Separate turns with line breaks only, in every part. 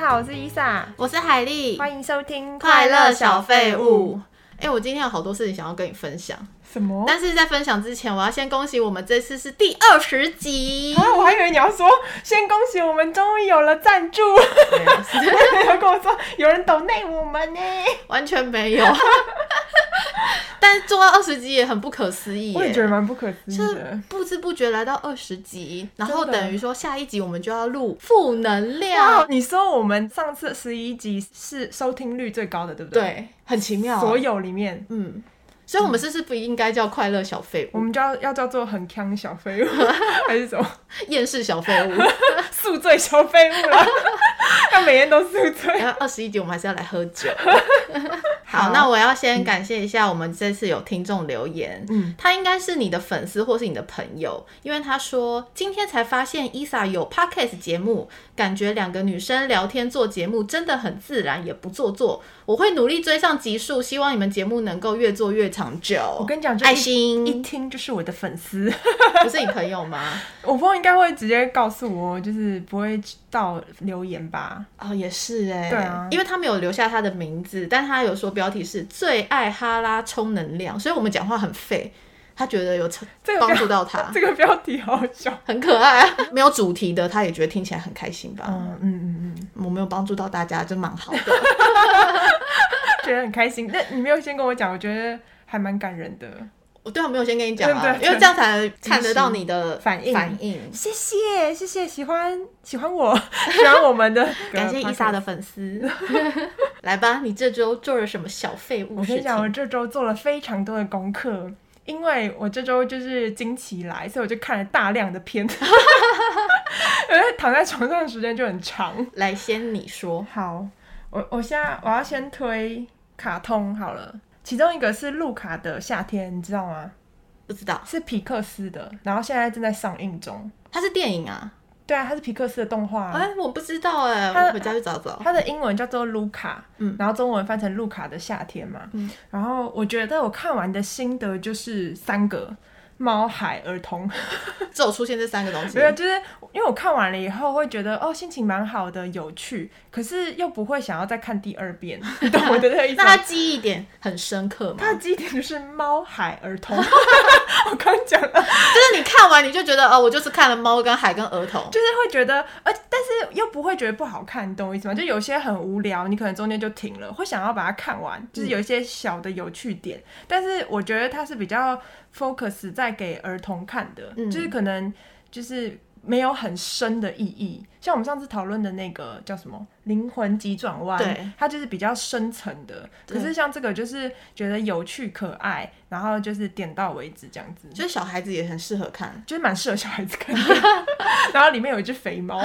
好，我是伊萨，
我是海丽，
欢迎收听《
快乐小废物》。哎、我今天有好多事情想要跟你分享，》。
什么？
但是在分享之前，我要先恭喜我们这次是第二十集。
啊！我还以为你要说先恭喜我们终于有了赞 助，
没有是
你要跟我说有人抖内我 们呢、
完全没有。 但是做到二十集也很不可思议耶，
我也觉得蛮不可思议
就是
的。
不知不觉来到二十集，然后
真的
等于说下一集我们就要录负能
哇
量，，
你说我们上次十一集是收听率最高的，对不对？
对，很奇妙啊、
所有里面，
嗯，所以我们是不是不应该叫快乐小废
我
物、
们就要要叫做很强小废物， 还是什么
厌世小废物？
宿醉小废物 了？要每天都宿醉。
然后二十一集我们还是要来喝 酒。
好
好，那我要先感谢一下我们这次有听众留言，
嗯，
他应该是你的粉丝或是你的朋友，因为他说今天才发现伊萨有 podcast 节目，感觉两个女生聊天做节目真的很自然，也不做作。我会努力追上集数，希望你们节目能够越做越长久。
我跟你讲，这
爱
一一
心
听就是我的粉丝。
不是你朋友吗？
我朋友应该会直接告诉我，就是不会到留言吧？
哦，也是哎、
对啊
因为他没有留下他的名字，但他有说标题是“最爱哈拉充能量”，所以我们讲话很废，他觉得有成
这个
帮
标
助到他，
这个标题好笑。
很可爱啊。没有主题的，他也觉得听起来很开心吧？
嗯嗯嗯嗯，
我没有帮助到大家，真蛮好的。
觉得很开心。那你没有先跟我讲，我觉得还蛮感人的。
我对啊，没有先跟你讲啊，
对对对
因为这样才看得到你的
反应
反应。
谢谢谢谢，喜欢喜欢 我，喜欢我们的，
感谢伊萨
的。
的粉丝， 来吧，你这周做了什么小废
我
物
跟
事
你讲，我
情？
这周做了非常多的功课，因为我这周就是经期来，所以我就看了大量的 片，我在躺在床上的时间就很长。
来，先你说，
好，我我现在我要先推卡通好了，其中一个是路卡的夏天，你知道吗？
不知道
是皮克斯的，然后现在正在上映中。
它是电影啊？
对啊，它是皮克斯的动画、
哎、我不知道哎、
它
我回家去找找。
它的英文叫做卢卡，
嗯
然后中文翻成路卡的夏天嘛。
嗯
然后我觉得我看完的心得就是三个。猫海儿童，
只有出现这三个东西
没。有，就是因为我看完了以后会觉得哦，心情蛮好的，有趣，可是又不会想要再看第二遍，你懂我的这个意思
那
吗？
他记忆点很深刻吗
它？的基点就是猫海儿 童，我刚讲了，
就是你看完你就觉得哦，我就是看了猫跟海跟儿童，
就是会觉得，而但是又不会觉得不好看，你懂我意思吗？就有些很无聊，你可能中间就停了，会想要把它看完，就是有一些小的有趣点。但是我觉得它是比较 focus 在给儿童看的，
嗯
就是可能就是没有很深的意义。像我们上次讨论的那个叫什么“灵魂急转弯”，
对，
它就是比较深层的。可是像这个就是觉得有趣可爱，然后就是点到为止这样子。
就是小孩子也很适合看。
就是蛮适合小孩子看的。 然后里面有一只肥猫，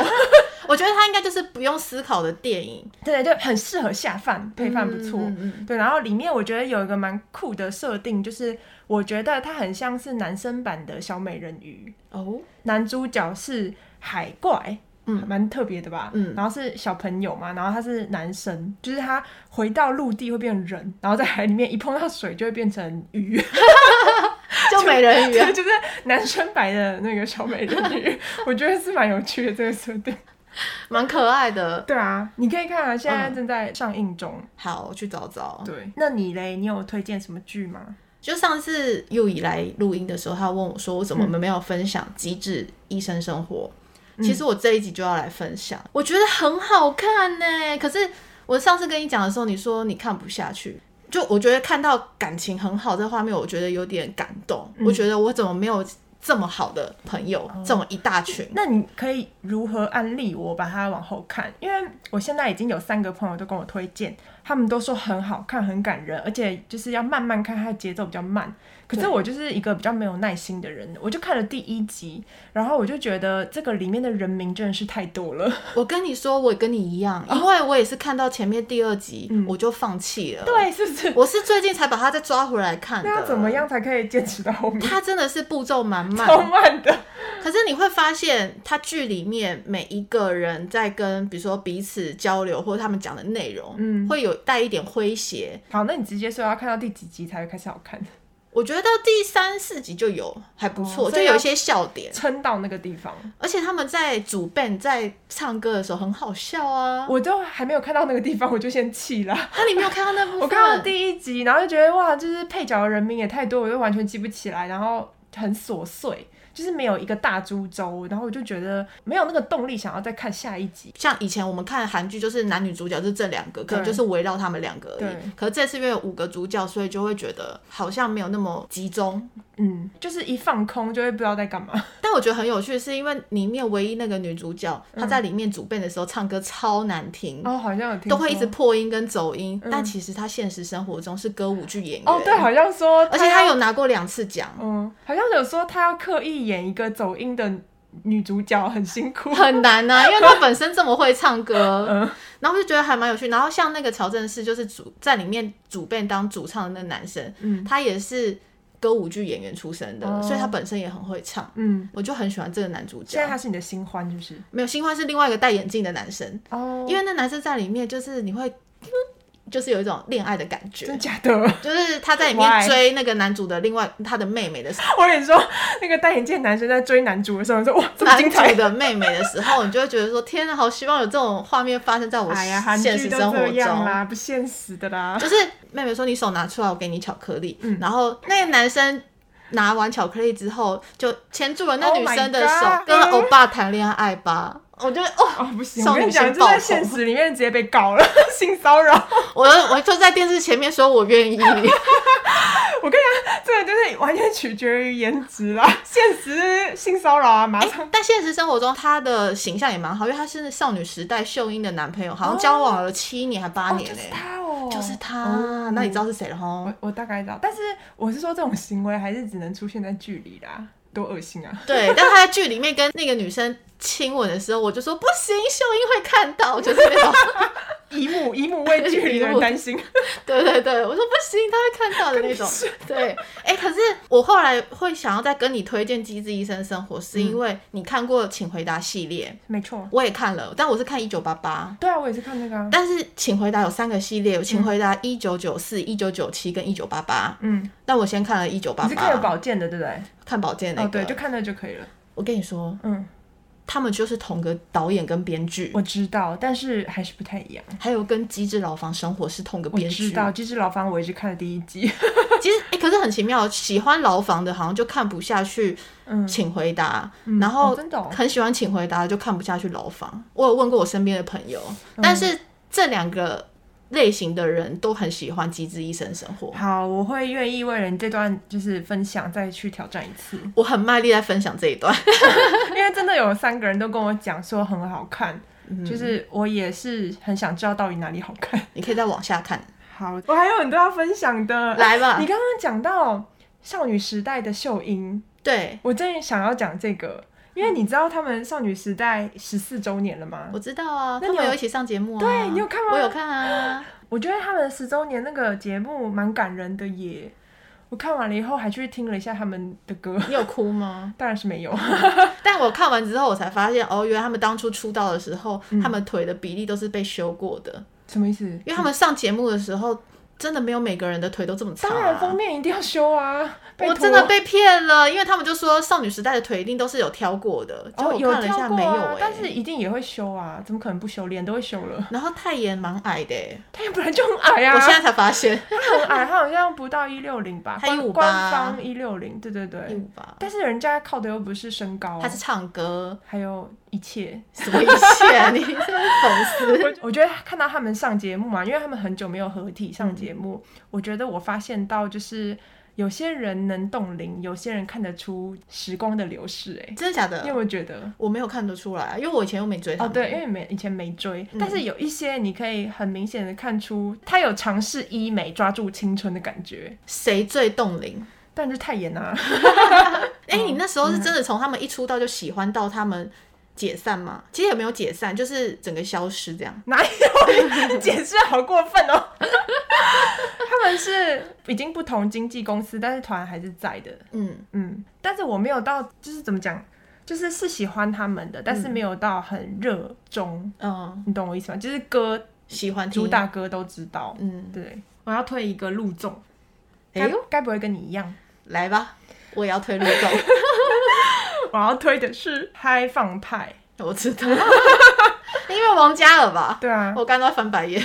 我觉得他应该就是不用思考的电影，
对，就很适合下饭，配饭不错。
嗯嗯嗯
对，然后里面我觉得有一个蛮酷的设定，就是我觉得它很像是男生版的小美人鱼，
哦，
男主角是海怪。
嗯
蛮特别的吧，
嗯
然后是小朋友嘛，然后他是男生，就是他回到陆地会变成人，然后在海里面一碰到水就会变成鱼，
就美人鱼啊、
对， 就是男生版的那个小美人鱼，我觉得是蛮有趣的这个设定。
蛮可爱的。
对啊，你可以看啊，现在
嗯
正在上映中。
好，我去找找。
对，嗯那你嘞？你有推荐什么剧吗？
就上次又以来录音的时候，他问我说，我
嗯
怎么没有分享《机智医生生活》其实我这一集就要来分享，我觉得很好看呢、可是我上次跟你讲的时候，你说你看不下去，就我觉得看到感情很好这画面，我觉得有点感动。
嗯
我觉得我怎么没有这么好的朋友，
哦
这么一大群？
那你可以如何安利我把它往后看？因为我现在已经有三个朋友都跟我推荐，他们都说很好看、很感人，而且就是要慢慢看，它的节奏比较慢。可是
对
我就是一个比较没有耐心的人，我就看了第一集，然后我就觉得这个里面的人名真的是太多了。
我跟你说，我跟你一样，因为我也是看到前面第二集，
嗯
我就放弃了。，
对，是不是？
我是最近才把它再抓回来看的。
那要怎么？样才可以坚持到后 面？
它真的是步骤蛮慢，
超慢的。
可是你会发现，他剧里面每一个人在跟，比如说彼此交流，或者他们讲的内容，
嗯
会有带一点诙谐。
好，那你直接说要看到第几集才会开始好看？
我觉得到第三四集就有还不错，
哦所
就
以
有一
要
些笑点，
撑到那个地方，
而且他们在主 band 在唱歌的时候很好笑啊。
我都还没有看到那个地方，我就先气了。
啊，你没有看到那部分？
我看到第一集，然后就觉得哇，就是配角的人名也太多，我就完全记不起来，然后很琐碎，就是没有一个大株洲，然后我就觉得没有那个动力想要再看下一集。
像以前我们看韩剧，就是男女主角就这两个，可能
对
就是围绕他们两个而已
对。
可是这次因为有五个主角，所以就会觉得好像没有那么集中。
嗯，就是一放空就会不知道在干嘛。
但我觉得很有趣，是因为里面唯一那个女主角，她在里面主辩的时候唱歌超难听，
嗯哦，好像有听说
都会一直破音跟走音。但其实她现实生活中是歌舞剧演员，
哦，对，好像说，
而且她
有
有拿过两次奖。
嗯，好像有说他要刻意演一个走音的女主角，很辛 苦。
很难呐、因为他本身这么会唱歌，
嗯
然后就觉得还蛮有趣。然后像那个乔正式，就是主在里面主辩当主唱的那男生，
嗯
他也是歌舞剧演员出身的，
哦
所以他本身也很会唱。
嗯，
我就很喜欢这个男主角
现在，他是你的新欢，就是
没有新欢是另外一个戴眼镜的男生，
哦，
因为那男生在里面就是你会，就是有一种恋爱的感觉，
真假的？
就是他在里面
Why？
追那个男主的另外他的妹妹 的时候。
我跟你说，那个戴眼镜的男生在追男主的时候，我说哇，这么
男
精彩
主！的妹妹的时候，你就会觉得说：“天啊，好希望有这种画面发生在我
哎呀，韩
现
剧
实
都
生活
这
中。
样啦，不现实的 啦。
就是妹妹说你手拿出来，我给你巧克力。
嗯
然后那个男生拿完巧克力之后，就牵住了那
Oh
女
my
生的手
God
跟欧巴谈恋爱吧。我就哦，
哦，不行，
少
我
女
跟你讲，
心
就
爆
在
红
现实里面直接被告了 性骚扰。
我我就在电视前面说我愿意，
我跟你讲，这个就是完全取决于颜值啦，现实性骚扰啊，马上。
但现实生活中他的形象也蛮好，因为他是少女时代秀英的男朋友，好像交往了七年还哎八
哦，
年
就
呢、
是他哦，
就是他，
哦
那你知道是谁了吼
我？我大概知道，但是我是说这种行为还是只能出现在剧里啦，多恶心啊！
对，但他在剧里面跟那个女生亲吻的时候，我就说不行，秀英会看到，我就是 那种
姨 母姨母为剧里的人担心，
对对对，我说不行，他会看到的那种。对，哎、可是我后来会想要再跟你推荐《机智医生生活》，是
嗯
因为你看过《请回答》系列，
没错。
我也看了，但我是看一九八八。
对啊，我也是看那个啊。
但是《请回答》有三个系列，有《请回答》一九九四、一九九七跟一九八八。
嗯，
但我先看了一九八
你是看有
八，
保健的，对不对？
看保健那
哦，
个。
对，就看那就可以了。
我跟你说，
嗯，
他们就是同个导演跟编剧，
我知道，但是还是不太一样。
还有跟《机智牢房生活》是同个
我
编剧。
知道，其实老房我也是看了第一集。
其实，哎、可是很奇妙，喜欢牢房的，好像就看不下去，
嗯
请回答。然后、
哦 真的哦
很喜欢请回答，就看不下去牢房。我有问过我身边的朋友，
嗯
但是这两个类型的人都很喜欢《机智医生生活》。
好，我会愿意为了你这段就是分享再去挑战一次，
我很卖力在分享这一段，
因为真的有三个人都跟我讲说很好看，就是我也是很想知道到底哪里好看。
你可以再往 下看，
好，我还有很多要分享的。
来吧
你。刚刚讲到少女时代的秀英，
对，
我正想要讲这个，因为你知道他们少女时代十四周年了吗？
我知道啊，
那
他
你有
们有一起上节目啊。
对你有看吗
我有 看啊。
我觉得他们十周年那个节目蛮感人的耶。我看完了以后还去听了一下他们的歌，
你有哭吗？
当然是没有。
但我看完之后，我才发现，哦，原来他们当初出道的时候，
嗯
他们腿的比例都是被修过的。
什么意思？
因为他们上节目的时候，真的没有每个人的腿都这么长、啊。
当然封面一定要修啊！拜
我
托
真的被骗了，因为他们就说少女时代的腿一定都是有挑过的，结果
哦
我
有
看了一
挑
下
过
没有
啊
哎、
但是一定也会修啊，怎么可能不修？脸都会修了，
然后泰妍蛮矮的、欸，
他也本来就很矮啊。
我现在才 发现
很矮，他好像不到一六零吧，
啊他
官
158
官方一六零，对对
一
对。
五八，
但是人家靠的又不是身高，
哎
啊
她是唱歌，
还有一切。
什么意思啊？ 你是不是讽刺？
我 我觉得看到他们上节目嘛，因为他们很久没有合体上节目，我觉得我发现到就是有些人能冻龄，有些人看得出时光的流逝、哎，
真的假
你有
的？
没有觉得？
我没有看得出来，因为我以前又没追他
哦，
们。
对，因为没以前没追，但是有一些你可以很明显的看出，他有尝试医美抓住青春的感觉，
谁最冻龄？
但是太严啊。
哎、你那时
嗯
候是真的从他们一出道就喜欢到他们解散吗？其实也没有解散，就是整个消失这样。
哪有解释好过分哦？ 他们是已经不同经纪公司，但是团还是在的。
嗯，
嗯，但是我没有到，就是怎么讲，就是是喜欢他们的，但是没有到很热衷。
嗯，
你懂我意思吗？就是歌
喜欢听
主。打歌都知道。
嗯，
对，我要推一个陆纵，
哎
该
呦，
该不会跟你一样？
来吧，我也要推绿豆。
我要推的是开放派，
我 知道，因为王嘉尔吧。
对啊，
我刚刚翻白眼，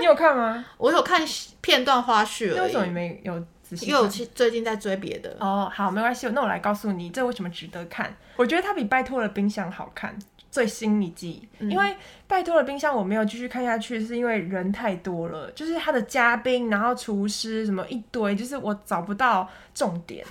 你有看 吗？
我有看片段花絮
那
而
为什么
已，
你没有仔细
因
看？
为我去最近在追别的。
哦，好，没关系，那我来告诉你这为什么值得看。我觉得它比《拜托了冰箱》好看，最新一季。
嗯
因为《拜托了冰箱》我没有继续看下去，是因为人太多了，就是它的嘉宾，然后厨师什么一堆，就是我找不到重点，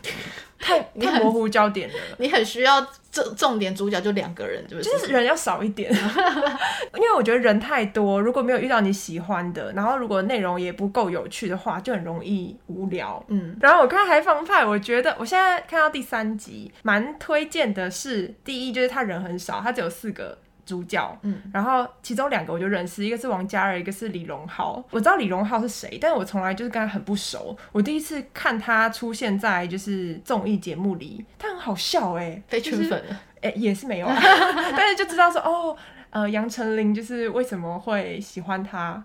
太
你
太
很
模糊焦点了。
你很需要重重点主角就两个人，就是
就是人要少一点， 因为我觉得人太多，如果没有遇到你喜欢的，然后如果内容也不够有趣的话，就很容易无聊。
嗯，
然后我看《海防派》，我觉得我现在看到第三集，蛮推荐的是，第一就是他人很少，他只有四个。主角，
嗯，
然后其中两个我就认识，一个是王嘉尔，一个是李荣浩。我知道李荣浩是谁，但是我从来就是跟他很不熟。我第一次看他出现在就是综艺节目里，他很好笑哎、
被
就
圈
是
粉了。
诶，也是没有、啊，但是就知道说哦，呃，杨丞琳就是为什么会喜欢他，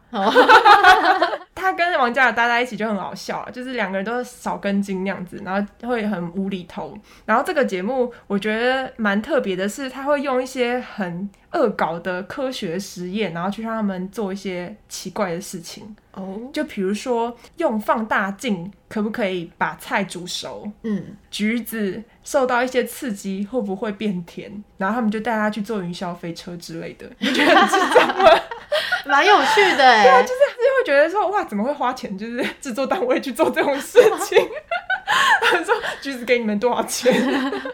他跟王嘉尔搭在一起就很好笑啊，就是两个人都是少根筋那样子，然后会很无厘头。然后这个节目我觉得蛮特别的是，他会用一些很恶搞的科学实验，然后去让他们做一些奇怪的事情，
哦，
就比如说用放大镜可不可以把菜煮熟，
嗯，
橘子受到一些刺激会不会变甜？然后他们就带他去坐云霄飞车之类的， 你觉得很智障吗？
蛮有趣的哎、
就是就会觉得说哇，怎么会花钱？就是制作单位去做这种事情。 他说橘子给你们多少 钱？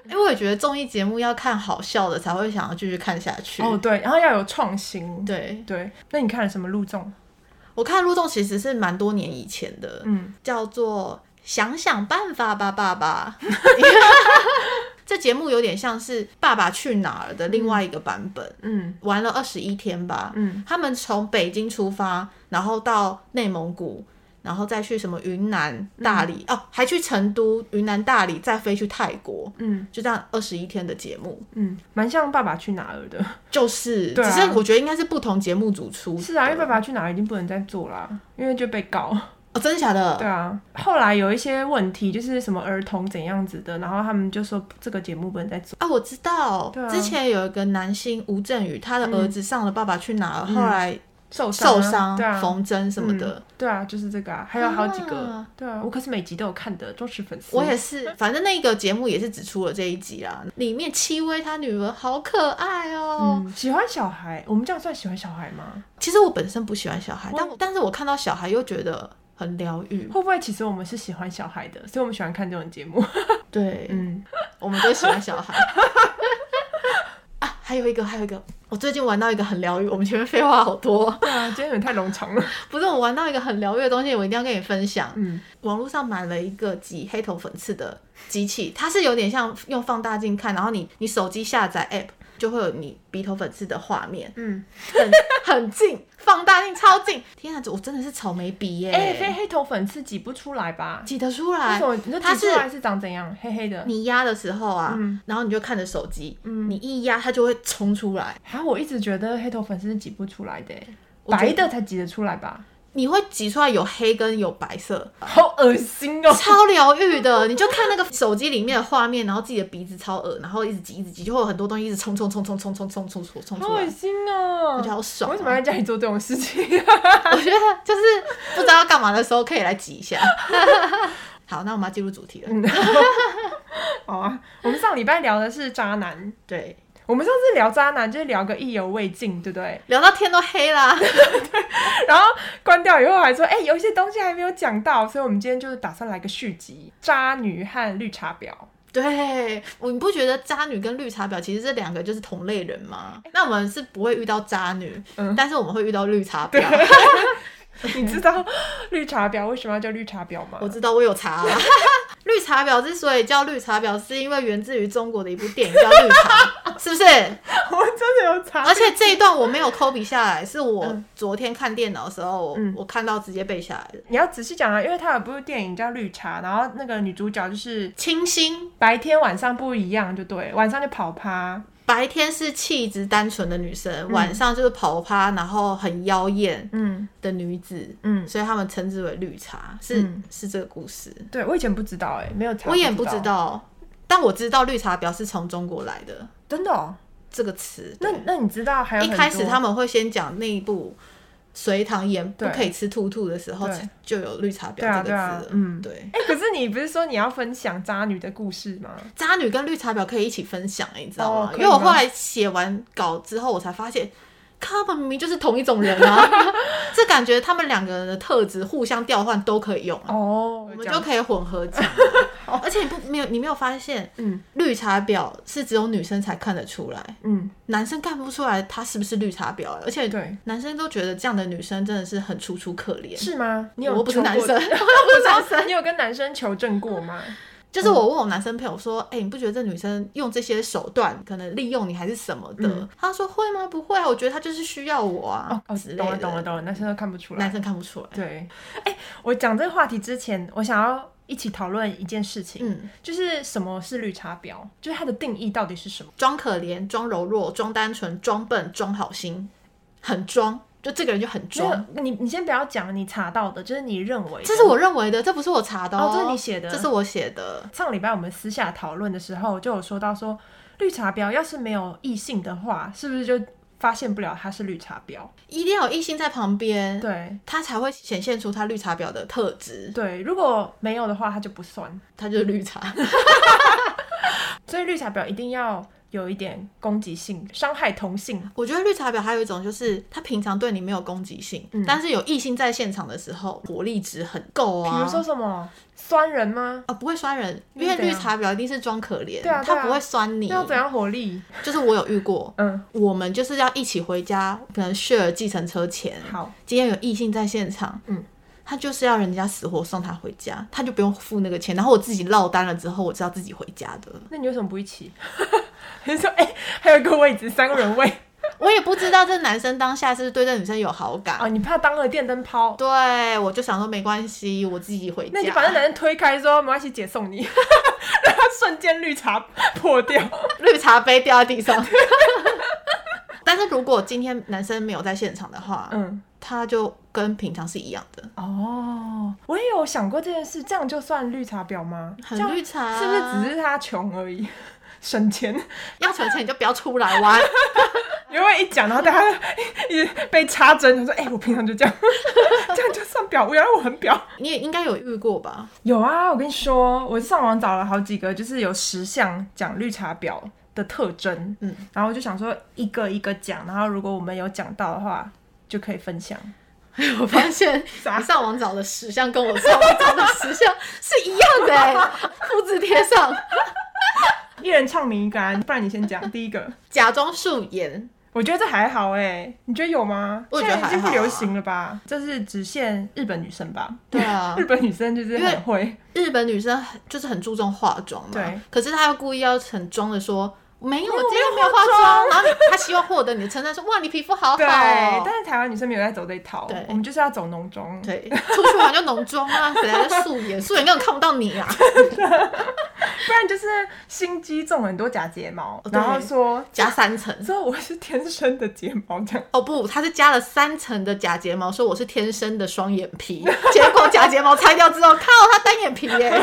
因为我也觉得综艺节目要看好笑的才会想要继续看下去。
哦，对，然后要有创新。
对，
对，那你看了什么陆纵？
我看陆栋其实是蛮多年以前的，
嗯，
叫做《想想办法吧，爸爸》。这节目有点像是《爸爸去哪儿》的另外一个版本，
嗯
玩了二十一天吧。
嗯，
他们从北京出发，然后到内蒙古，然后再去什么云南、
嗯
大理、哦，还去成都、云南、大理，再飞去泰国，
嗯
就这样二十一天的节目，
嗯，蛮像《爸爸去哪儿》的。
就是、
对啊
只是我觉得应该是不同节目组出的，
是啊，因为《爸爸去哪儿》已经不能再做啦、因为就被告。
哦，真的假的？
对啊，后来有一些问题，就是什么儿童怎样子的，然后他们就说这个节目不能再做。
啊，我知道，
对啊嗯
之前有一个男星吴镇宇，他的儿子上了《爸爸去哪儿》后来
受
受
伤
伤、
啊，对啊，
缝针什么的。
对啊，就是这个啊，还有好几个，
啊
对啊，我可是每集都有看的忠实粉丝。
我也是，反正那个节目也是只出了这一集啦。里面戚薇她女儿好可爱哦、
嗯，喜欢小孩，我们这样算喜欢小孩吗？
其实我本身不喜欢小孩，
我
但但是我看到小孩又觉得很疗愈。
会不会其实我们是喜欢小孩的，所以我们喜欢看这种节 目？
对，
嗯，
我们都喜欢小孩。 啊，还有一个，还有一个，我最近玩到一个很疗愈。我们前面废话好多，
对啊，今天有点太冗长了。
不是我玩到一个很疗愈的东西，我一定要跟你分享。
嗯
网络上买了一个挤黑头粉刺的机器，它是有点像用放大镜看，然后你你手机下载 app 就会有你鼻头粉刺的画面，
嗯，
很 很近，放大镜超近。天啊，我真的是草莓鼻耶、
哎、非黑头粉刺挤不出来吧？
挤得出
为
来
什。么？你说
它
挤出
是
啊来是长怎样？黑黑的。
你压的时候啊，
嗯
然后你就看着手机，
嗯
你一压它就会冲出来，
啊，我一直觉得黑头粉刺是挤不出来的，
我觉
白
得
的才挤得出来吧？
你会挤出来有黑跟有白色，
好恶心哦！
超疗愈的。你就看那个手机里面的画面，然后自己的鼻子超恶，然后一直挤一直挤，就会有很多东西一直冲冲冲冲冲冲冲冲冲冲
好
出来
恶，心
我觉得
哦！
好爽、
为什么要在家里做这种事情？
我觉得就是不知道要干嘛的时候可以来挤一下。好，那我们要进入主题了。
嗯， 好啊。我们上礼拜聊的是渣男，
对，
我们上次聊渣男就是聊个意犹未尽，对不对？
聊到天都黑啦。
然后关掉以后还说，哎、有一些东西还没有讲到，所以我们今天就是打算来个续集《渣女和绿茶 婊》。
对，我你不觉得渣女跟绿茶婊其实这两个就是同类人吗？那我们是不会遇到渣女，
嗯
但是我们会遇到绿茶婊。
你知道绿茶婊为什么要叫绿茶婊吗？
我 知道我有查、啊，绿茶婊之所以叫绿茶婊，是因为源自于中国的一部电影叫《绿茶》，是不是？
我真的有查，
而且这一段我没有抠笔下来，是我
嗯
昨天看电脑的时候，
嗯
我看到直接背下来的。
你要仔细讲啊，因为它有部电影叫《绿茶》，然后那个女主角就是
清新
白天晚上不一样，就对，晚上就跑趴，
白天是气质单纯的女生，晚上就是跑趴，然后很妖艳
嗯
的女子，
嗯，
所以他们称之为绿茶，是、
嗯
是这个故事。
对我以前不知道哎、没有查，
我也不知，道，但我知道绿茶婊是从中国来的
真的、哦。
这个词。
那
对
那你知道还有
一
很
开始
多
他们会先讲那一部隋唐演不
对
可以吃兔兔的时候
对，
就有绿茶婊
对啊
这个词
对啊
了。
嗯
对，
哎、可是你不是说你要分享渣女的故事吗？
渣女跟绿茶婊可以一起分享、欸，你知道
哦
吗？
可以
因为我后来写完稿之后，我才发现，他们明明就是同一种人 啊，这感觉他们两个人的特质互相调换都可以用、
哦，
啊，我
我
们就可以混 合讲、啊。而且你不没有你没有发现，
嗯
绿茶婊是只有女生才看得出来，
嗯，
男生看不出来她是不是绿茶婊、欸而且
对
男生都觉得这样的女生真的是很楚楚可怜。
是吗？你有
我不是
求
男
过
生， 我又不是 男生，
你嗯有跟男生求证过吗？
就是我问我男生朋友说，哎、你不觉得这女生用这些手段，可能利用你还是什么的？
嗯
他说会吗？不会啊，我觉得她就是需要我啊、
哦
之，类
懂
的。
了懂了懂了，男生都看不出
男
来。
生看不出来。
对，哎、我讲这个话题之前，我想要一起讨论一件事情，
嗯，
就是什么是绿茶婊，就是它的定义到底是什么？
装可怜、装柔弱、装单纯、装笨、装好心，很装，就这个人就很装。
没有，你你先不要讲你查到的，就是你认为的
这是我认为的，这不是我查的
哦这是你写的
这是我写的。
上礼拜我们私下讨论的时候，就有说到说，绿茶婊要是没有异性的话，是不是就发现不了她是绿茶婊？
一定要有异性在旁边，
对
他才会显现出他绿茶婊的特质，
对，如果没有的话，她就不算。
他就是绿茶。
所以绿茶婊一定要有一点攻击性，伤害同性。
我觉得绿茶婊还有一种就是，她平常对你没有攻击性，
嗯
但是有异性在现场的时候，活力值很够
比
啊。
如说什么酸人吗？
啊、不会酸人，
嗯
因为
对啊
绿茶婊一定是装可怜，
对啊对啊
她不会酸你
那。要怎样活力？
就是我有遇过，
嗯，
我们就是要一起回家，可能 share 计程车钱。
好，
今天有异性在现场，
嗯，
他就是要人家死活送他回家，他就不用付那个钱。然后我自己落单了之后，我知道自己回家的。
那你为什么不一起？ 你说哎、还有一个位置，三个人位
我也不知道这男生当下是不是对这女生有好感。
啊？你怕当了电灯泡？
对，我就想说没关系，我自己回家。
那你就把那男人推开说没关系，姐送你， 让他瞬间绿茶破掉。
绿茶杯掉在地上。但是如果今天男生没有在现场的话，
嗯，
他就跟平常是一样的，
哦，我也有想过这件事，这样就算绿茶婊吗？这
很
样
绿茶、
是不是只是他穷而已，省钱？
要存钱你就不要出来玩？
因为一讲，然后大家 一直被插针，他说：“哎、我平常就这样， 这样就算婊，原来我很婊。
你也应该有遇 过吧？”
有啊，我跟你说，我上网找了好几个，就是有十项讲绿茶婊的特征，
嗯，
然后我就想说一个一个讲，然后如果我们有讲到的话，就可以分享。
我发现
啥
你上网找的十项跟我上网找的十项是一样的、欸，复制贴上。
一人唱名一个、啊，不然你先讲第一个。
假装素颜，
我觉得这还好哎、你觉得有吗？
我觉得
现在已经
还好啊
不流行了吧？这是只限日本女生吧？
对啊
日，本女生就是
因为
很会，
日本女生很就是很注重化妆嘛，
对，
可是她又故意要很装的说。没有，
没
我
有
今天
没
没
有
有
化
化
妆
妆。然后你她希望获得你的称赞，说哇，你皮肤好好。
对。但是台湾女生没有在走这一套
对，
我们就是要走浓妆。
对，出去玩就浓妆啊，谁还在素 颜？素颜根本看不到你啊！
不然就是心机重很多假睫毛，
哦对
然后说
加三层
说我是天生的睫毛这样。
哦不，他是加了三层的假睫毛，说我是天生的双眼 皮，结果假睫毛拆掉之后，靠，他单眼皮耶、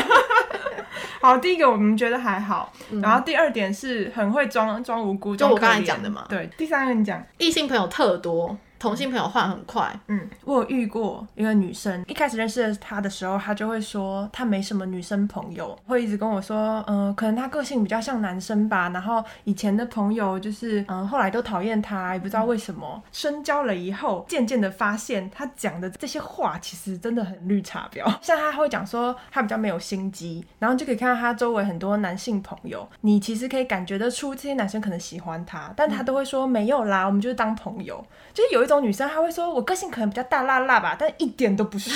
好，第一个我们觉得还好，然后第二点是很会装装无辜，
嗯就我
装可
刚才
怜
讲的嘛
对，第三个你讲。
异性朋友特多，同性朋友换很快，
嗯，我有遇过一个女生，一开始认识她的时候，她就会说她没什么女生朋友，会一直跟我说，嗯、可能她个性比较像男生吧，然后以前的朋友就是，嗯、后来都讨厌她，也不知道为什么。深交了以后，渐渐的发现她讲的这些话其实真的很绿茶婊，像她会讲说她比较没有心机，然后就可以看到她周围很多男性朋友，你其实可以感觉得出这些男生可能喜欢她，但她都会说没有啦，我们就是当朋友。就是有一种女生，她会说我个性可能比较大辣辣吧，但一点都不是，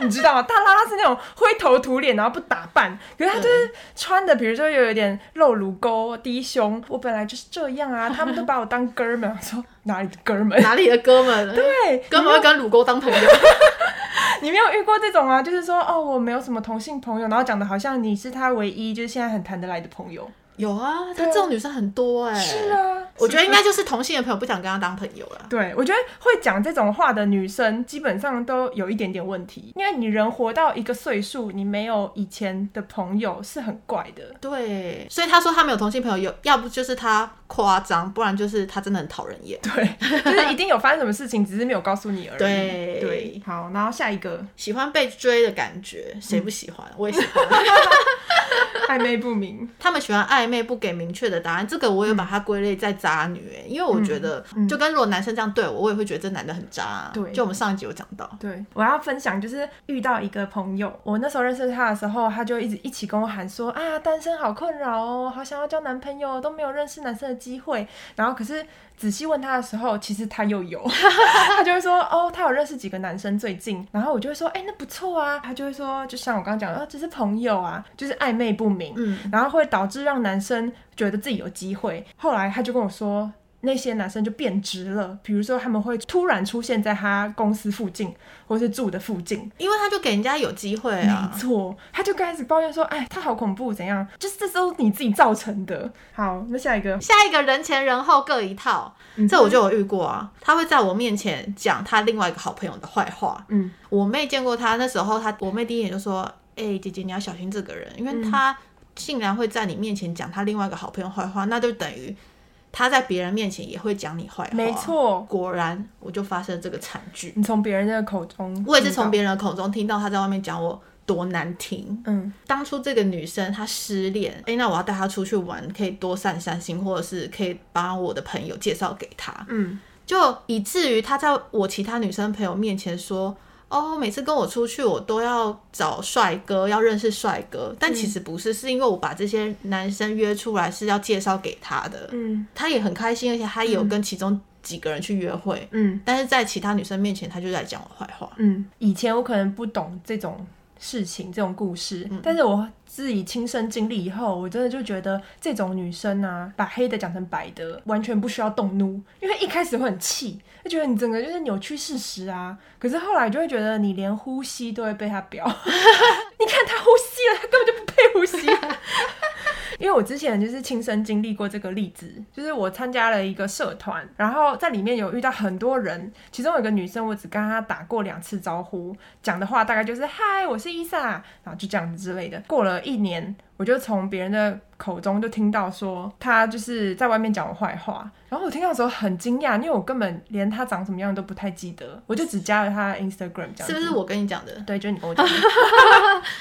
你知道吗？大辣辣是那种灰头土脸，然后不打扮，可是她就是穿的，比如说又有点露乳沟、低胸，我本来就是这样啊，他们都把我当哥们儿，我说哪里的哥们？
哪里的哥们？
对，
哥们会跟乳沟当朋友，
你没有遇过这种啊？就是说，哦，我没有什么同性朋友，然后讲的好像你是他唯一，就是现在很谈得来的朋友。
有啊，
对
他
啊
这种女生很多哎、
是，啊，
我觉得
是
应
不是
该就是同性的朋友不想跟他当朋友了。
对，我觉得会讲这种话的女生，基本上都有一点点问题，因为你人活到一个岁数，你没有以前的朋友是很怪的。
对，所以他说他没有同性朋友，有要不就是他夸张，不然就是他真的很讨人 厌。
对，就是一定有发生什么事情，只是没有告诉你而已。
对
对，好，然后下一个
喜欢被追的感觉，谁不喜欢？我也喜欢。
暧昧不明，
他们喜欢暧昧不给明确的答案，这个我也把它归类在渣女、欸，因为我觉得、就跟如果男生这样对我，我也会觉得这男的很渣、
嗯对
就我们上一集有讲到，
对，我要分享就是遇到一个朋友，我那时候认识他的时候，他就一直一起跟我喊说啊，单身好困扰哦，好想要交男朋友，都没有认识男生的机会。然后可是仔细问他的时候，其实他又有，他就会说哦，他有认识几个男生最近。然后我就会说，哎、那不错啊。他就会说，就像我刚刚讲的，啊，只是朋友啊，就是暧昧不明，
嗯，
然后会导致让男生觉得自己有机会。后来他就跟我说。那些男生就变直了，比如说他们会突然出现在他公司附近，或是住的附近。
因为他就给人家有机会啊
没。错，他就开始抱怨说：“哎，他好恐怖，怎样？就是这都是你自己造成的。”好，那下一个，
下一个人前人后各一套，
嗯
这我就有遇过啊。他会在我面前讲他另外一个好朋友的坏话。
嗯，
我妹见过他，那时候他我妹第一眼就说：“哎、姐姐你要小心这个人，因
嗯
为他竟然会在你面前讲他另外一个好朋友坏话，那就等于他在别人面前也会讲你坏话。”
没，错，
果然我就发生了这个惨剧。
你从别人的口中，
我也是从，别人的口中听到他在外面讲我多难听。
嗯
当初这个女生她失恋，哎、那我要带她出去玩，可以多散散心，或者是可以把我的朋友介绍给她，
嗯，
就以至于她在我其他女生朋友面前说。哦，每次跟我出去，我都要找帅哥，要认识帅哥。
嗯
但其实不是，是因为我把这些男生约出来是要介绍给她的，
嗯
她也很开心，而且她也有跟其中几个人去约会。
嗯
但是在其他女生面前，她就在讲我坏话。
嗯，以前我可能不懂这种事情、这种故事，但是我自己亲身经历以后，我真的就觉得这种女生啊，把黑的讲成白的，完全不需要动怒，因为一开始会很气，就觉得你整个就是扭曲事实啊。可是后来就会觉得你连呼吸都会被他表，你看他呼吸了，他根本就不配呼吸。 因为我之前就是亲身经历过这个例子，就是我参加了一个社团，然后在里面有遇到很多人，其中有一个女生，我只跟她打过两次招呼，讲的话大概就是“嗨，我是伊萨”，然后就这样子之类的。过了一年，我就从别人的口中就听到说她就是在外面讲我坏话，然后我听到的时候很惊讶，因为我根本连她长什么样都不太记得，我就只加了她的 Instagram 这样子。
是不是？我跟你讲的？
对，就是你跟我讲的。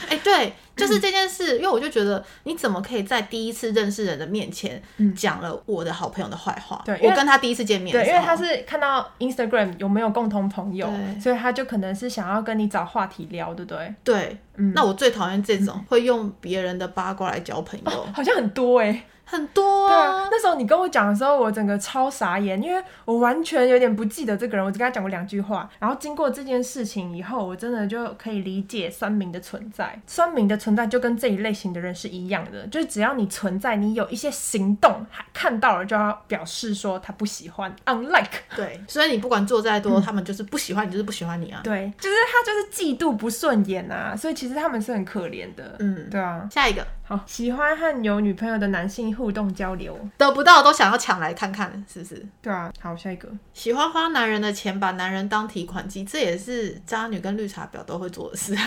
哎、对，就是这件事，因为我就觉得你怎么可以在第一次认识人的面前讲了我的好朋友的坏话？
嗯对因为
我跟他第一次见面的
对，
时
因
候，
为他是看到 Instagram 有没有共同朋友，
对
所以他就可能是想要跟你找话题聊，对不对？
对，
嗯
那我最讨厌这种会用别人的八卦来交朋友，
好像很多哎、
很多
对
哦啊
啊，。那时候你跟我讲的时候，我整个超傻眼，因为我完全有点不记得这个人，我只跟他讲过两句话。然后经过这件事情以后，我真的就可以理解酸民的存在。酸民的存在就跟这一类型的人是一样的，就是只要你存在，你有一些行动，还看到了就要表示说他不喜欢，unlike。
对，所以你不管做再
嗯
多，他们就是不喜欢你，就是不喜欢你啊。
对，就是他就是嫉妒不顺眼啊，所以其实他们是很可怜的。
嗯
对啊，
下一个
好，喜欢和有女朋友的男性互动交流。
得不到都想要抢来看看，是不是？
对啊，好，下一个。
喜欢花男人的钱，把男人当提款机，这也是渣女跟绿茶婊都会做 的事。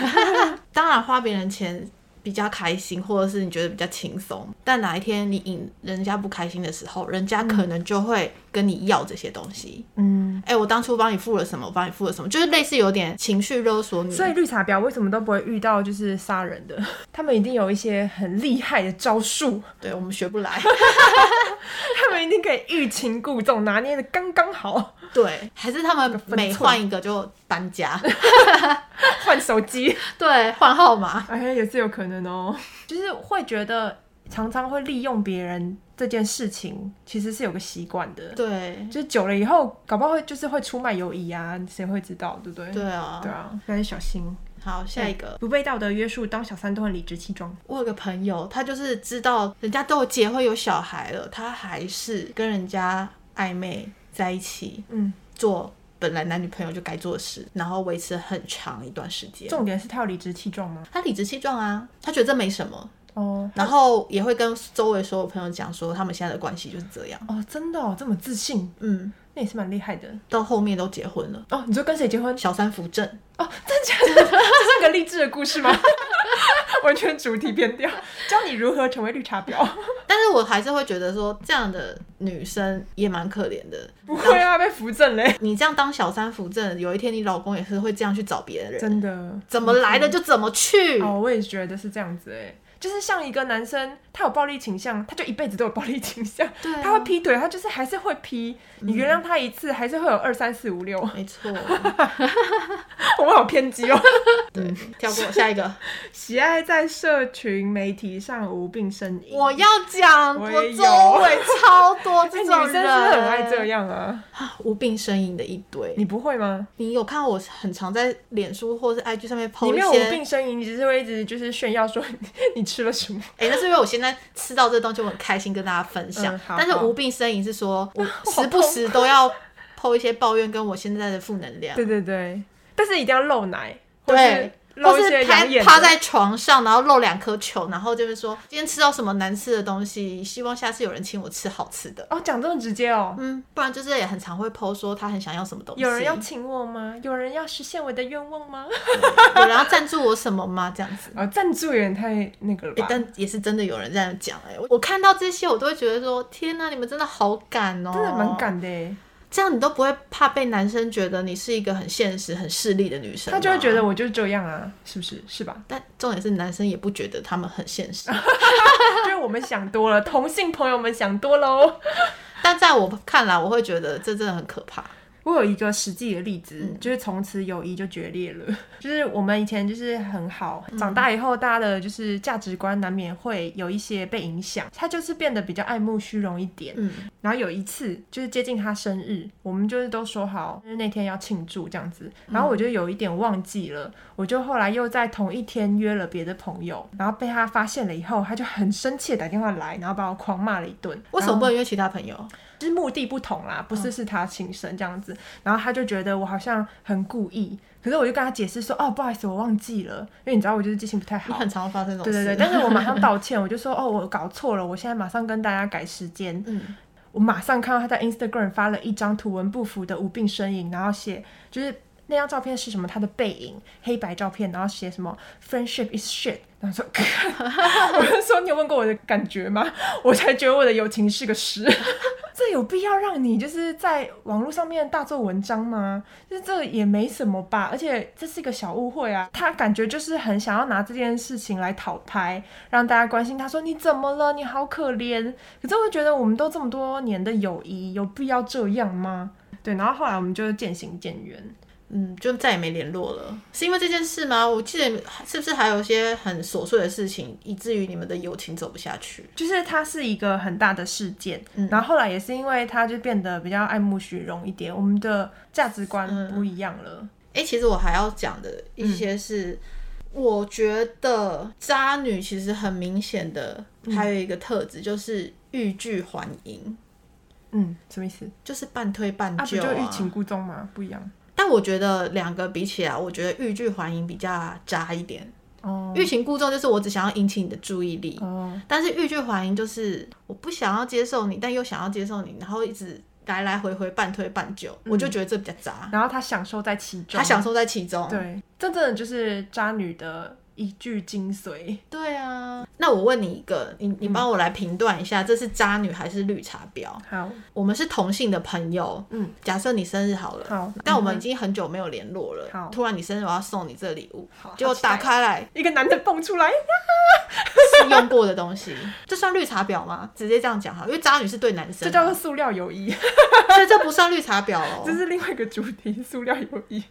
当然，花别人钱比较开心，或者是你觉得比较轻松。但哪一天你引人家不开心的时候，人家可能就会跟你要这些东西。
嗯，
哎、我当初帮你付了什么？我帮你付了什么？就是类似有点情绪勒索你。
所以绿茶婊为什么都不会遇到就是杀人的？ 他们一定有一些很厉害的招数，
对我们学不 来。
他们一定可以欲擒故纵，拿捏的刚刚好。
对，还是他们
分寸
每换一个就搬家，
换手机，
对，换号码。
哎，也是有可能哦。就是会觉得常常会利用别人这件事情，其实是有个习惯的。
对，
就久了以后，搞不好会就是会出卖友谊啊，谁会知道，对不对？
对啊。
对啊，那你小心，
好，下一个。
不被道德约束，当小三都很理直气壮。
我有个朋友，他就是知道人家都有结婚有小孩了，他还是跟人家暧昧在一起，
嗯，
做本来男女朋友就该做的事，然后维持很长一段时间。
重点是他有理直气壮吗？
他理直气壮啊，他觉得这没什么，
哦
然后也会跟周围所有朋友讲说，他们现在的关系就是这样。
哦，真的哦，这么自信，
嗯，
那也是蛮厉害的
到后面都结婚了，
哦。你说跟谁结婚？
小三扶正。
哦，真的假的？ 这是个励志的故事吗？ 完全主题偏掉，教你如何成为绿茶 婊。
但是我还是会觉得说，这样的女生也蛮可怜的。
不会啊，被扶正嘞，
你这样当小三扶正，有一天你老公也是会这样去找别的人，
真的。
怎么来的就怎么去。
哦，我也觉得是这样子哎，就是像一个男生，他有暴力倾向，他就一辈子都有暴力倾向。
对啊
他会劈腿，他就是还是会劈。
嗯
你原谅他一次，还是会有二三四五六。
没错，
我们好偏激 哦。
对，嗯跳过下一个。
喜爱在社群媒体上无病呻吟。哎
我要 讲，我
我
周
也有
围超 多
哎
这
女
种
生是
人，
不是很爱这样啊？
无病呻吟的一堆。
你不会吗？
你有看我很常在脸书或是 IG 上面 PO
你没有
一
无
些
病，呻吟，你只是会一直就是炫耀说 你你吃了 什么。
哎、那是因为我现在吃到这东西，我很开心跟大家分享。
嗯好
但是
好
无病呻吟是说我
好
时不时都要 PO 一些抱怨跟我现在的负能量，
对对对，但是一定要露奶，或是
对。或
露一些
是趴
养眼的。
趴在床上，然后露两颗球，然后就是说今天吃到什么难吃的东西，希望下次有人请我吃好吃的。
哦，讲这么直接哦。
嗯，不然就是也很常会 PO 说他很想要什么东西，
有人要请我吗？有人要实现我的愿望吗？
嗯有人要赞助我什么吗？这样 子。
啊，赞助有点太那个了
欸
吧？
但也是真的有人这样讲哎、我我看到这些我都会觉得说，天呐，你们真的好敢哦、
真的蛮。敢的耶。
这样你都不会怕被男生觉得你是一个很现实、很势利的啊女生，
他就会觉得。我就这样啊，是不是？是吧？
但重点是男生也不觉得他们很现实。
就是我们想多了，同性朋友们想多喽。
但在我看来，我会觉得这真的很可怕。
我有一个实际的例子，就是从此友谊就决裂了。就是我们以前就是很好，长大以后大家的就是价值观难免会有一些被影响，他就是变得比较爱慕虚荣一点。
嗯，
然后有一次就是接近他生日，我们就是都说好，就是那天要庆祝这样子。然后我就有一点忘记了，我就后来又在同一天约了别的朋友，然后被他发现了以后，他就很生气的打电话来，然后把我狂骂了一顿。
为什么不能约其他朋友？
就是目的不同啦，不是是他亲生这样子，然后他就觉得我好像很故意，可是我就跟他解释说，哦，不好意思，我忘记了，因为你知道我就是记性不太
你
好
很。常发生这种
对对对，
事。
但是我马上道歉，我就说哦，我搞错了，我现在马上跟大家改时间。
嗯，
我马上看到他在 Instagram 发了一张图文不符的无病呻吟，然后写就是那张照片是什么他的背影黑白照片，然后写什么 friendship is shit，然后说， 我就说你有问过我的感觉吗？我才觉得我的友情是个屎。 这有必要让你就是在网络上面大做文章吗？就是这也没什么吧，而且这是一个小误会啊。他感觉就是很想要拿这件事情来讨拍，让大家关心他说你怎么了？你好可怜。可是我觉得我们都这么多年的友谊，有必要这样吗？对，然后后来我们就渐行渐远。
嗯，就再也没联络了，是因为这件事吗？我记得是不是还有一些很琐碎的事情，以至于你们的友情走不下去？
就是它是一个很大的事件，
嗯
然后后来也是因为他就变得比较爱慕虚荣一点，我们的价值观不一样了。
哎、其实我还要讲的一些
嗯
是，我觉得渣女其实很明显的还有一个特质、就是欲拒还迎，
嗯，什么意思？
就是半推半
啊，不
就
就欲
啊。
擒故纵吗？不一样。
但我觉得两个比起来，我觉得欲拒还迎比较渣一点。
哦
欲擒故纵就是我只想要引起你的注意力，
哦，
但是欲拒还迎就是我不想要接受你，但又想要接受你，然后一直来来回回半推半就，
嗯
我就觉得这比较渣。
然后他享受在其中，
他享受在其中，
对，这真的就是渣女的一句精髓。
对啊，那我问你一个，你
嗯
你帮我来评断一下，这是渣女还是绿茶婊？
好，
我们是同性的朋友，
嗯，
假设你生日好了，
好嗯
但我们已经很久没有联络了，
好
突然你生日我要送你这礼物
好，
结果打开来
一个男的蹦出来，
是用过的东西，这算绿茶婊吗？直接这样讲哈，因为渣女是对男生
这
嘛，
叫做塑料友谊，
哦所以这不算绿茶婊 哦
这。是另外一个主题，塑料友谊。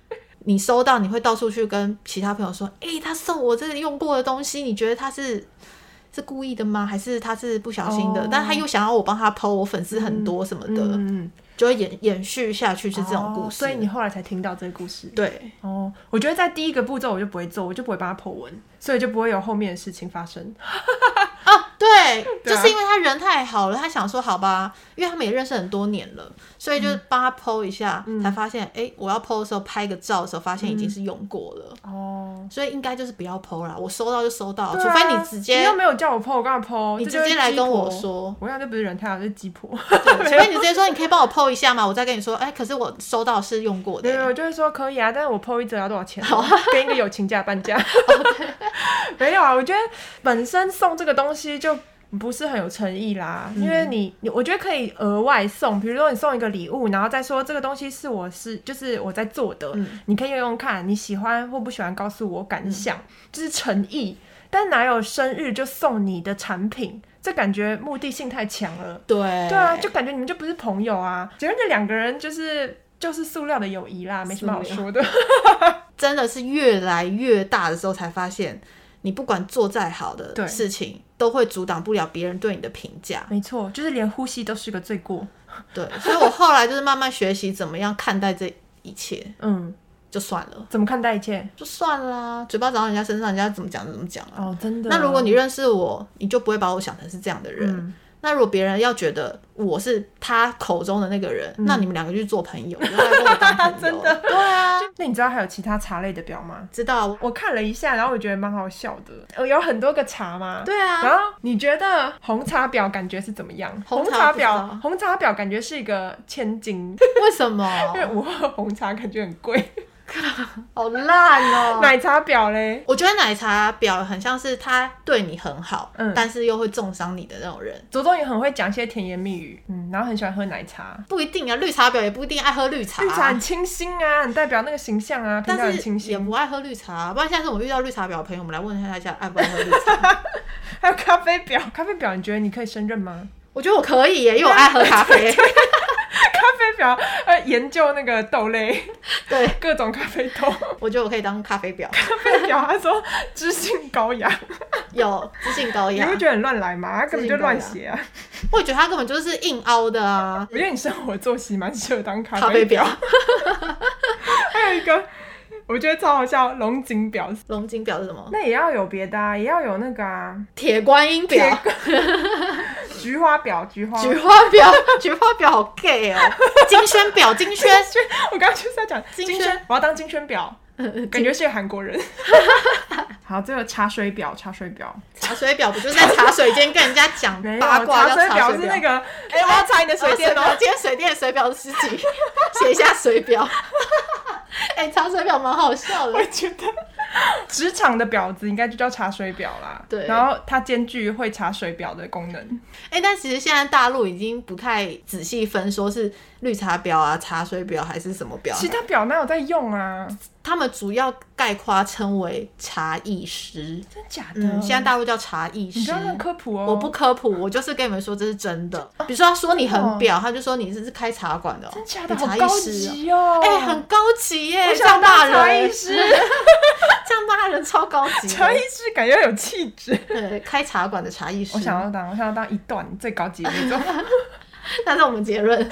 你收到你会到处去跟其他朋友说，诶，他送我这个用过的东西，你觉得他是是故意的吗？还是他是不小心的？
哦
但他又想要我帮他剖，我粉丝很多什么的，
嗯，嗯
就会延延续下去是这种故
哦
事。
所以你后来才听到这个故事。
对，
哦，我觉得在第一个步骤我就不会做，我就不会帮他破文，所以就不会有后面的事情发生。
对，
对啊
就是因为他人太好了，他想说好吧，因为他们也认识很多年了，所以就帮他 PO 一下，
嗯
才发现哎、诶我要 PO 的时候拍个照的时候，发现已经是用过了，
哦，
所以应该就是不要 PO 啦，我收到就收到，
对
除
啊
非你直
你
接
又没有叫我 PO，我干嘛 PO？
你
这
直
就是
接来
鸡
跟我
婆，
说，
我想这不是人太好，这是鸡婆。
对，除非你直接说你可以帮我 PO 一下嘛，我再跟你说，哎、可是我收到是用过的、啊
对对，我就会说可以啊，但是我 PO 一折要多少钱？跟一个友情价半
哦
价。 没有啊，我觉得本身送这个东西就。不是很有诚意啦，
嗯
因为你你我觉得可以额外送，比如说你送一个礼物，然后再说这个东西是我是就是我在做的，
嗯
你可以用用看，你喜欢或不喜欢，告诉我感想，
嗯
就是诚意。但哪有生日就送你的产品？这感觉目的性太强了。
对，
对啊，就感觉你们就不是朋友啊，觉得这两个人就是就是塑料的友谊啦，没什么好说 的。
真的是越来越大的时候才发现，你不管做再好
对
的事情，都会阻挡不了别人对你的评价。
没错，就是连呼吸都是个罪过。
对，所以我后来就是慢慢学习怎么样看待这一切，
嗯，
就算了，
怎么看待一切？
就算了啦，嘴巴长到人家身上，人家怎么讲就怎么讲啊。
哦，真的。
那如果你认识我，你就不会把我想成是这样的人。
嗯
那如果别人要觉得我是他口中的那个人，那你们两个就去做朋友，不要来跟我当朋友。
嗯 真的啊
对啊，
那你知道还有其他茶类的表吗？
知道
我看了一下，然后我觉得蛮好笑的。呃，有很多个茶嘛。。
对啊，
然后你觉得红茶婊感觉是怎么样？
红茶
茶
不知道
婊，红茶婊感觉是一个千金，
为 什么？
因为午后红茶感觉很贵。
好烂哦、
奶茶婊嘞，
我觉得奶茶婊很像是他对你很好，
嗯
但是又会重伤你的那种人。
左宗也很会讲一些甜言蜜语，嗯，然后很喜欢喝奶茶。
不一定啊，绿茶婊也不一定爱喝绿茶啊、
绿茶很清新啊，很代表那个形象啊，平常
但
很清
是也
新。
不爱喝绿茶、啊不然下次我们遇到绿茶婊的朋友，我们来问一下大家爱不爱喝绿 茶。
还有咖啡婊， 咖啡婊，你觉得你可以胜任吗？
我觉得我可以耶，因为我爱喝咖啡。
咖啡婊，呃，研究那个豆类，
对，
各种咖啡 豆。咖
我觉得我可以当咖啡婊，
啡婊，他说知性高雅，
有自信高
你
雅
会。觉得很乱来吗？他根本就乱写啊！
啊我也觉得他根本就是硬凹的啊，
我觉得你生活作息蛮适合当咖
咖啡婊、
还有一个，我觉得超好笑，龙井婊，
龙井婊是什么？
那也要有别的啊，也要有那个啊，
铁观音婊、
菊花婊，菊花。
菊花婊、菊花婊好 gay 哦，金萱婊、金萱。
我刚刚就是在讲
金
金
萱
萱，嗯我要当金萱婊，感觉是个韩国人。 好，这个茶水婊，茶水婊。
茶水婊不就是在茶水间跟人家讲
没有
八卦
茶
叫
水
茶
表
水
是
婊？
那个， 哎、我要查你的 水电
哦
哦。
今天水电水表的事情，写一下水表。哎、查水表蛮好笑
我
的。
觉得职场的婊子应该就叫茶水婊啦。
对
然后它兼具会查水表的功能。
哎、但其实现在大陆已经不太仔细分，说是绿茶婊啊、茶水婊还是什么婊，
其他表哪有在用啊？
他们主要概括称为茶艺师。
真假的？
嗯，现在大陆叫茶艺
你不
师
要。乱科普哦。
我不科普，我就是跟你们说这是真的。比如说，他说你很婊，他就说你这是开茶馆的、哦，
哦真假的，
你
好
茶艺
高
师哦
级哦。
哎、很高级耶！
我
这样
想
骂
当茶艺
人，哎
师，
这样骂人超高级的。
茶艺师感觉有气质。
对，开茶馆的茶艺师。
我想要当，我想要当一段最高级的那种。
那是我们结论。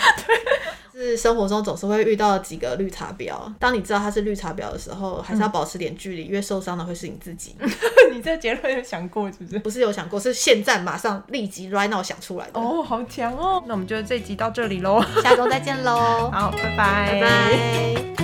是生活中总是会遇到几个绿茶婊，当你知道他是绿茶婊的时候，还是要保持点距离，因为受伤的会是你自己。
你这结论有想过是不是？
不是有想过，是现在马上立即 right now 想出来的。
哦，好强哦！那我们就这集到这里喽。
下周再见喽，
好，拜
拜拜。